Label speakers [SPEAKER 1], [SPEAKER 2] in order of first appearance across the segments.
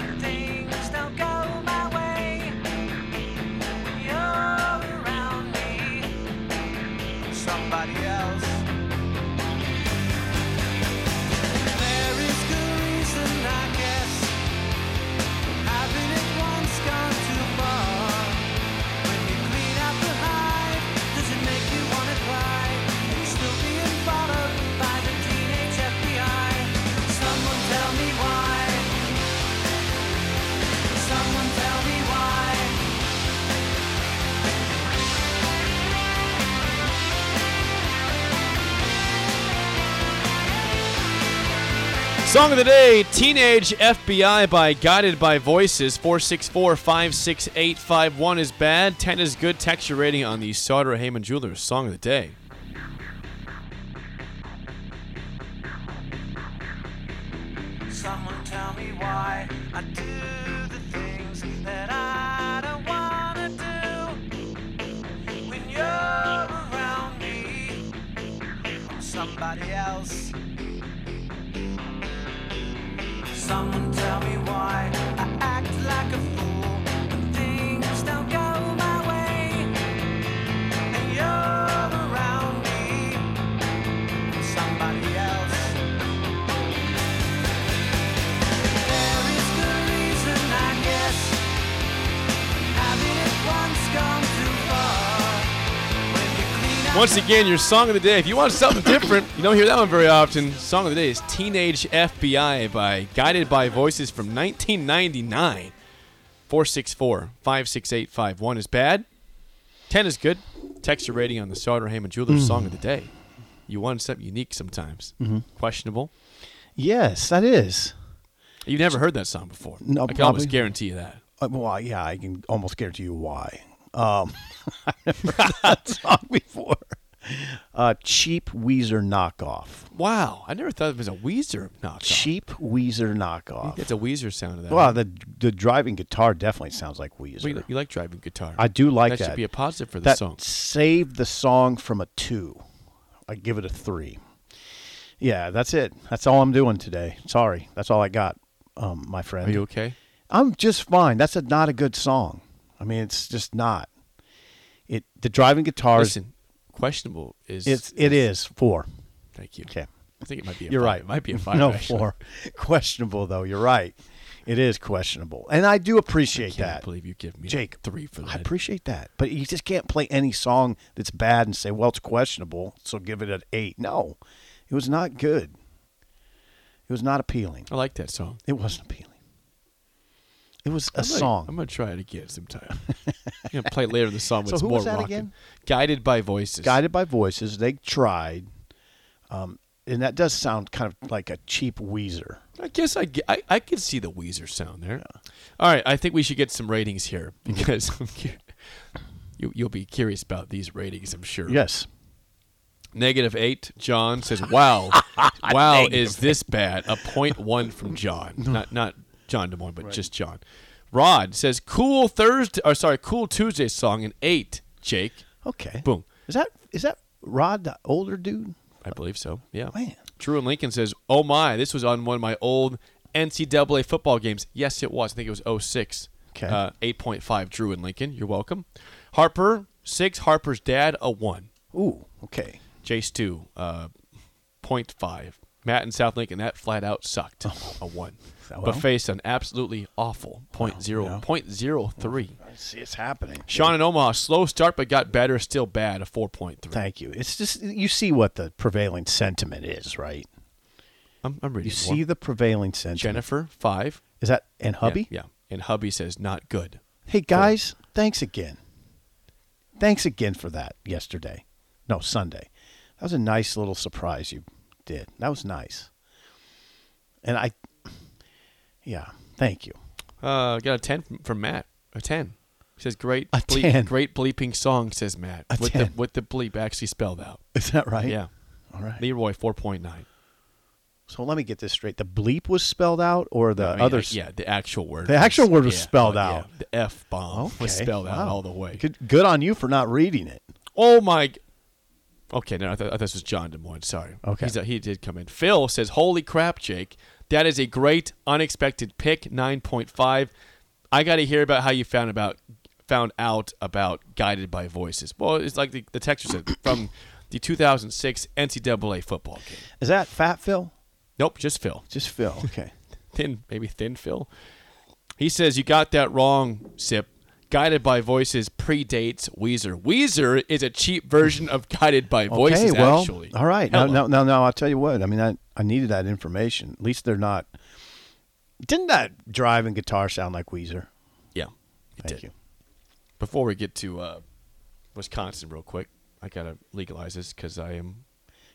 [SPEAKER 1] when things don't go my way. When you're around me, somebody else. There is good reason, I guess. Having it once gone too far. When you clean out the hive, does it make you want to cry? And you're still being followed by the teenage FBI. Someone tell me why. Someone tell me why.
[SPEAKER 2] Song of the day Teenage FBI by Guided by Voices. 464 568 51 is bad, 10 is good. Texture rating on the Sauter Heyman Jewelers Song of the Day.
[SPEAKER 1] Someone tell me why I do the things that I don't wanna do. When you're around me, I'm somebody else. Someone tell me why I act like a fool when things don't go my way. And you're around me, I'm somebody else. There is good reason, I guess. Having it once gone too far. When you clean out
[SPEAKER 2] Once again, your song of the day. If you want something different, you don't hear that one very often. Song of the day is Teenage FBI by Guided by Voices from 1999. 464 568 51 is bad, 10 is good. Texture rating on the Sauter Heyman Jewelers Song of the Day. You want something unique sometimes, questionable.
[SPEAKER 3] Yes, that is.
[SPEAKER 2] You've never heard that song before.
[SPEAKER 3] No,
[SPEAKER 2] I can almost
[SPEAKER 3] probably.
[SPEAKER 2] guarantee you that.
[SPEAKER 3] Uh, well, yeah, I can almost guarantee you why. Um, I've never heard that song before. Uh, cheap Weezer knockoff.
[SPEAKER 2] Wow, I never thought it was a Weezer knockoff.
[SPEAKER 3] Cheap Weezer knockoff.
[SPEAKER 2] It's a Weezer sound of that.
[SPEAKER 3] Well, the the driving guitar definitely sounds like Weezer.
[SPEAKER 2] Well, you, you like driving guitar.
[SPEAKER 3] I do like that.
[SPEAKER 2] That should be a positive for the
[SPEAKER 3] that
[SPEAKER 2] song.
[SPEAKER 3] saved the song from a two. I give it a three. Yeah, that's it. That's all I'm doing today. Sorry, that's all I got, um, my friend.
[SPEAKER 2] Are you okay?
[SPEAKER 3] I'm just fine. That's a, not a good song. I mean, it's just not. It the driving guitars.
[SPEAKER 2] Listen, questionable is
[SPEAKER 3] it's it is four.
[SPEAKER 2] Thank you.
[SPEAKER 3] Okay,
[SPEAKER 2] I think it might be. A
[SPEAKER 3] you're
[SPEAKER 2] five.
[SPEAKER 3] right.
[SPEAKER 2] It might be a five.
[SPEAKER 3] No
[SPEAKER 2] actually.
[SPEAKER 3] four. Questionable though. You're right. It is questionable, and I do appreciate
[SPEAKER 2] Can't
[SPEAKER 3] that.
[SPEAKER 2] believe you give me
[SPEAKER 3] Jake,
[SPEAKER 2] three for that.
[SPEAKER 3] I appreciate that, but you just can't play any song that's bad and say, "Well, it's questionable, so give it an eight. No, it was not good. It was not appealing.
[SPEAKER 2] I like that song.
[SPEAKER 3] It wasn't appealing. It was a
[SPEAKER 2] I'm gonna-
[SPEAKER 3] song.
[SPEAKER 2] I'm gonna try it again sometime. I'm gonna play later the song. When
[SPEAKER 3] So
[SPEAKER 2] it's
[SPEAKER 3] who
[SPEAKER 2] more
[SPEAKER 3] was that
[SPEAKER 2] rockin'.
[SPEAKER 3] again?
[SPEAKER 2] Guided by voices.
[SPEAKER 3] guided by voices. They tried, um, and that does sound kind of like a cheap Weezer.
[SPEAKER 2] I guess I, ge- I, I could see the Weezer sound there. All right, I think we should get some ratings here because I'm cur- you, you'll be curious about these ratings, I'm sure.
[SPEAKER 3] Yes,
[SPEAKER 2] Negative eight, John says, wow, wow, is this bad? A point one from John. Not, not John Des Moines, but just John. Rod says, cool Thursday, or sorry, cool Tuesday song, an eight, Jake.
[SPEAKER 3] okay.
[SPEAKER 2] Boom.
[SPEAKER 3] Is that is that Rod, the older dude?
[SPEAKER 2] I believe so. Yeah.
[SPEAKER 3] Man.
[SPEAKER 2] Drew and Lincoln says, "Oh my, this was on one of my old NCAA football games. Yes, it was. I think it was 06.
[SPEAKER 3] Okay.
[SPEAKER 2] Uh, 8.5 Drew and Lincoln. You're welcome. Harper, 6. Harper's dad, a 1.
[SPEAKER 3] Ooh, okay.
[SPEAKER 2] Jace, 2. Uh, 0.5. Matt and South Lincoln, that flat out sucked. A 1.
[SPEAKER 3] Oh. Well.
[SPEAKER 2] But faced an absolutely awful 0.0, 0.03.
[SPEAKER 3] I see it's happening.
[SPEAKER 2] Sean and Omaha, slow start but got better, still bad, a 4.3.
[SPEAKER 3] Thank you. It's just you see what the prevailing sentiment is, right?
[SPEAKER 2] I'm, I'm reading
[SPEAKER 3] You
[SPEAKER 2] more.
[SPEAKER 3] see the prevailing sentiment.
[SPEAKER 2] Jennifer, 5.
[SPEAKER 3] Is that and
[SPEAKER 2] Yeah,
[SPEAKER 3] hubby?
[SPEAKER 2] Yeah, And hubby says not good.
[SPEAKER 3] Hey guys, thanks again. Thanks again for that yesterday. No, Sunday. That was a nice little surprise you did. That was nice. And I yeah, thank you.
[SPEAKER 2] Uh, got a ten from, from Matt. A ten. He says great
[SPEAKER 3] A
[SPEAKER 2] bleep,
[SPEAKER 3] 10.
[SPEAKER 2] great bleeping song, says Matt.
[SPEAKER 3] A
[SPEAKER 2] with
[SPEAKER 3] 10.
[SPEAKER 2] the with the bleep actually spelled out.
[SPEAKER 3] Is that right?
[SPEAKER 2] Yeah.
[SPEAKER 3] All right.
[SPEAKER 2] Leroy four point nine.
[SPEAKER 3] So let me get this straight. The bleep was spelled out, or the other? s-
[SPEAKER 2] yeah, the actual word.
[SPEAKER 3] The actual word was
[SPEAKER 2] yeah,
[SPEAKER 3] spelled
[SPEAKER 2] yeah,
[SPEAKER 3] out.
[SPEAKER 2] the F bomb Oh, was
[SPEAKER 3] Okay,
[SPEAKER 2] spelled out
[SPEAKER 3] wow.
[SPEAKER 2] all the way.
[SPEAKER 3] Good, good on you for not reading it.
[SPEAKER 2] Oh my. g- Okay, no, I thought I thought this was John Des Moines. Sorry.
[SPEAKER 3] Okay.
[SPEAKER 2] He's a, he did come in. Phil says, "Holy crap, Jake! That is a great unexpected pick. Nine point five. I got to hear about how you found about found out about guided by voices. Well, it's like the, the texture said from the 2006 NCAA football game.
[SPEAKER 3] Is that Fat Phil?
[SPEAKER 2] Nope, just Phil.
[SPEAKER 3] Just Phil. Okay.
[SPEAKER 2] thin, maybe thin Phil. He says you got that wrong, Sip. Guided by Voices predates Weezer. Weezer is a cheap version of Guided by Voices.
[SPEAKER 3] okay. Well.
[SPEAKER 2] actually,
[SPEAKER 3] All right. Now,
[SPEAKER 2] Hello.
[SPEAKER 3] now, now, now, I'll tell you what. I mean, I, I needed that information. At least they're not. Didn't that drive and guitar sound like Weezer?
[SPEAKER 2] yeah. it
[SPEAKER 3] Thank
[SPEAKER 2] did.
[SPEAKER 3] you.
[SPEAKER 2] Before we get to uh, Wisconsin, real quick, I gotta legalize this because I am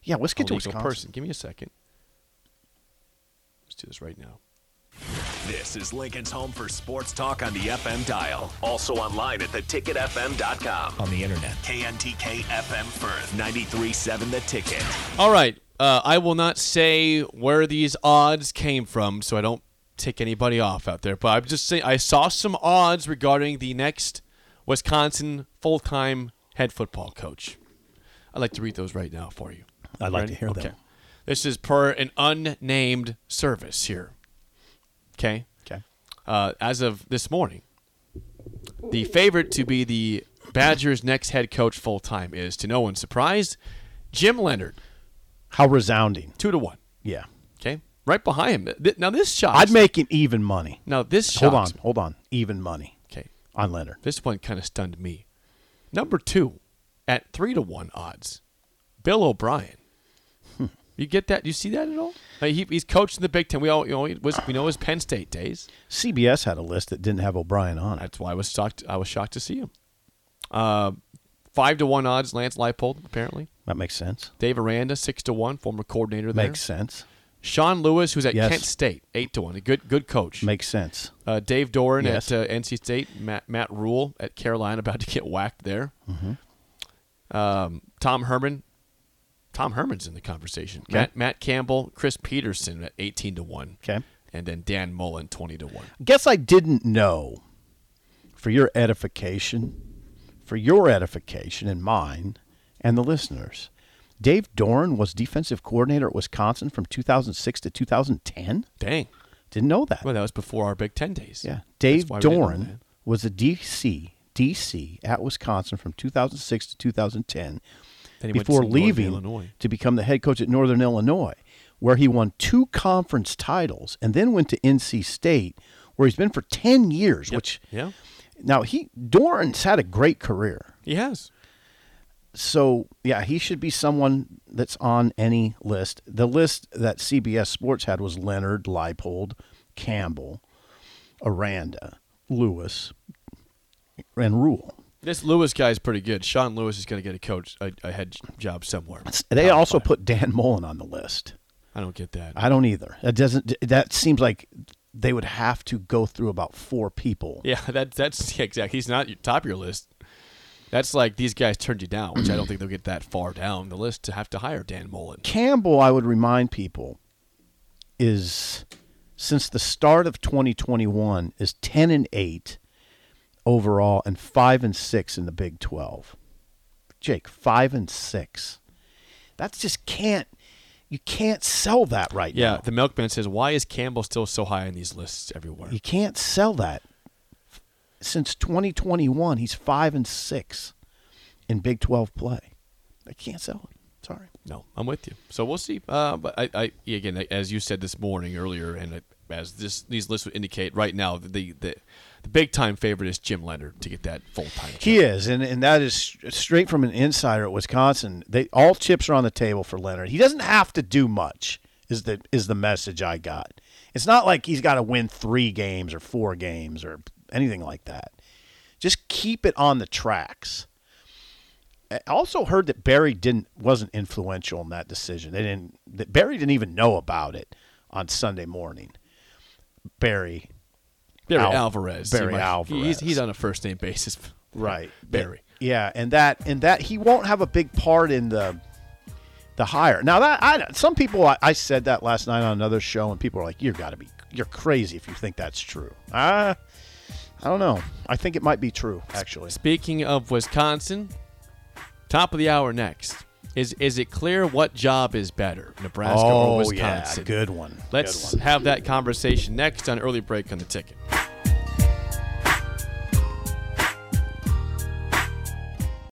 [SPEAKER 3] Yeah. Let's
[SPEAKER 2] a
[SPEAKER 3] get to
[SPEAKER 2] legal
[SPEAKER 3] Wisconsin.
[SPEAKER 2] person. Give me a second. Let's do this right now.
[SPEAKER 4] This is Lincoln's home for sports talk on the FM dial. Also online at theticketfm.com.
[SPEAKER 5] on the internet.
[SPEAKER 4] KNTK FM Firth, 93.7 The Ticket.
[SPEAKER 2] All right. Uh, I will not say where these odds came from, so I don't tick anybody off out there. But I'm just saying I saw some odds regarding the next Wisconsin full-time head football coach. I'd like to read those right now for you.
[SPEAKER 3] I'd like to hear
[SPEAKER 2] okay.
[SPEAKER 3] them.
[SPEAKER 2] This is per an unnamed service here. Okay.
[SPEAKER 3] Okay.
[SPEAKER 2] Uh, as of this morning, the favorite to be the Badgers' next head coach full time is, to no one's surprise, Jim Leonard,
[SPEAKER 3] How resounding.
[SPEAKER 2] two to one.
[SPEAKER 3] Yeah.
[SPEAKER 2] Okay, right behind him. Th- th- Now this shot.
[SPEAKER 3] I'd make him even money.
[SPEAKER 2] Now this shot.
[SPEAKER 3] Hold on. Hold on. Even money
[SPEAKER 2] Okay,
[SPEAKER 3] on Leonard.
[SPEAKER 2] this one kind of stunned me. Number two, at three to one odds, Bill O'Brien. You get that? You see that at all? Like, he, he's coached in the Big Ten. We all you know, it was, we know his Penn State days.
[SPEAKER 3] CBS had a list that didn't have O'Brien on it.
[SPEAKER 2] That's why I was shocked. I was shocked to see him. Uh, five to one odds. Lance Leipold apparently.
[SPEAKER 3] That makes sense.
[SPEAKER 2] Dave Aranda six to one, former coordinator there.
[SPEAKER 3] Makes sense.
[SPEAKER 2] Sean Lewis, who's at
[SPEAKER 3] Yes.
[SPEAKER 2] Kent State, eight to one. A good good coach.
[SPEAKER 3] Makes sense.
[SPEAKER 2] Uh, Dave Doran
[SPEAKER 3] Yes.
[SPEAKER 2] at uh, NC State, Matt, Matt Rule at Carolina, about to get whacked there.
[SPEAKER 3] Mm-hmm.
[SPEAKER 2] Um, Tom Herman, Tom Herman's in the conversation. Matt, Matt Campbell, Chris Peterson at eighteen to one,
[SPEAKER 3] Okay.
[SPEAKER 2] and then Dan Mullen twenty to one.
[SPEAKER 3] Guess I didn't know. For your edification, for your edification and mine and the listeners, Dave Doran was defensive coordinator at Wisconsin from 2006 to 2010.
[SPEAKER 2] Dang,
[SPEAKER 3] Didn't know that.
[SPEAKER 2] well that was before our Big Ten days.
[SPEAKER 3] Yeah.
[SPEAKER 2] That's
[SPEAKER 3] Dave
[SPEAKER 2] why we didn't know that.
[SPEAKER 3] Doran was a DC, DC at Wisconsin from 2006 to 2010
[SPEAKER 2] Then he went to
[SPEAKER 3] before
[SPEAKER 2] Northern
[SPEAKER 3] leaving
[SPEAKER 2] Illinois.
[SPEAKER 3] to become the head coach at Northern Illinois, where he won two conference titles and then went to NC State, where he's been for 10 years, which
[SPEAKER 2] yeah,
[SPEAKER 3] now he Doran's had a great career.
[SPEAKER 2] he has.
[SPEAKER 3] So, yeah, he should be someone that's on any list. The list that CBS Sports had was Leonard, Leipold, Campbell, Aranda, Lewis, and Rule.
[SPEAKER 2] This Lewis guy's pretty good. Sean Lewis is going to get a coach a, a head job somewhere.
[SPEAKER 3] They also put Dan Mullen on the list.
[SPEAKER 2] I don't get that.
[SPEAKER 3] I don't either. That doesn't. That seems like they would have to go through about four people.
[SPEAKER 2] Yeah, that that's yeah, exactly. He's not your top of your list. That's like these guys turned you down, which I don't think they'll get that far down the list to have to hire Dan Mullen.
[SPEAKER 3] Campbell, I would remind people, is since the start of 2021 is 10 and 8 overall and 5 and 6 in the Big 12. Jake, 5 and 6. That's just can't you can't sell that right
[SPEAKER 2] Yeah,
[SPEAKER 3] now.
[SPEAKER 2] the milkman says, "Why is Campbell still so high in these lists everywhere?"
[SPEAKER 3] You can't sell that. Since 2021, he's 5 and 6 in Big 12 play. I can't sell it. Sorry.
[SPEAKER 2] No, I'm with you. So we'll see. Uh, but I, I yeah, again, as you said this morning earlier, and it- as this these lists would indicate, right now the the, the big time favorite is Jim Leonard to get that full time.
[SPEAKER 3] He is, and, and that is sh- straight from an insider at Wisconsin. They all chips are on the table for Leonard. He doesn't have to do much. Is the is the message I got? It's not like he's got to win three games or four games or anything like that. Just keep it on the tracks. I also heard that Barry didn't wasn't influential in that decision. They didn't that Barry didn't even know about it on Sunday morning. Barry
[SPEAKER 2] Barry
[SPEAKER 3] Al-
[SPEAKER 2] Alvarez. He
[SPEAKER 3] Barry
[SPEAKER 2] might-
[SPEAKER 3] Alvarez.
[SPEAKER 2] He's, he's on a first name basis.
[SPEAKER 3] right
[SPEAKER 2] Barry.
[SPEAKER 3] yeah and that and that he won't have a big part in the the hire now that i some people i, I said that last night on another show and people are like you got to be you're crazy if you think that's true i i don't know i think it might be true actually
[SPEAKER 2] Speaking of Wisconsin, top of the hour next. Is is it clear what job is better, Nebraska or
[SPEAKER 3] oh yeah
[SPEAKER 2] Wisconsin?
[SPEAKER 3] good one
[SPEAKER 2] Let's
[SPEAKER 3] good one.
[SPEAKER 2] have that conversation next on early break on the ticket.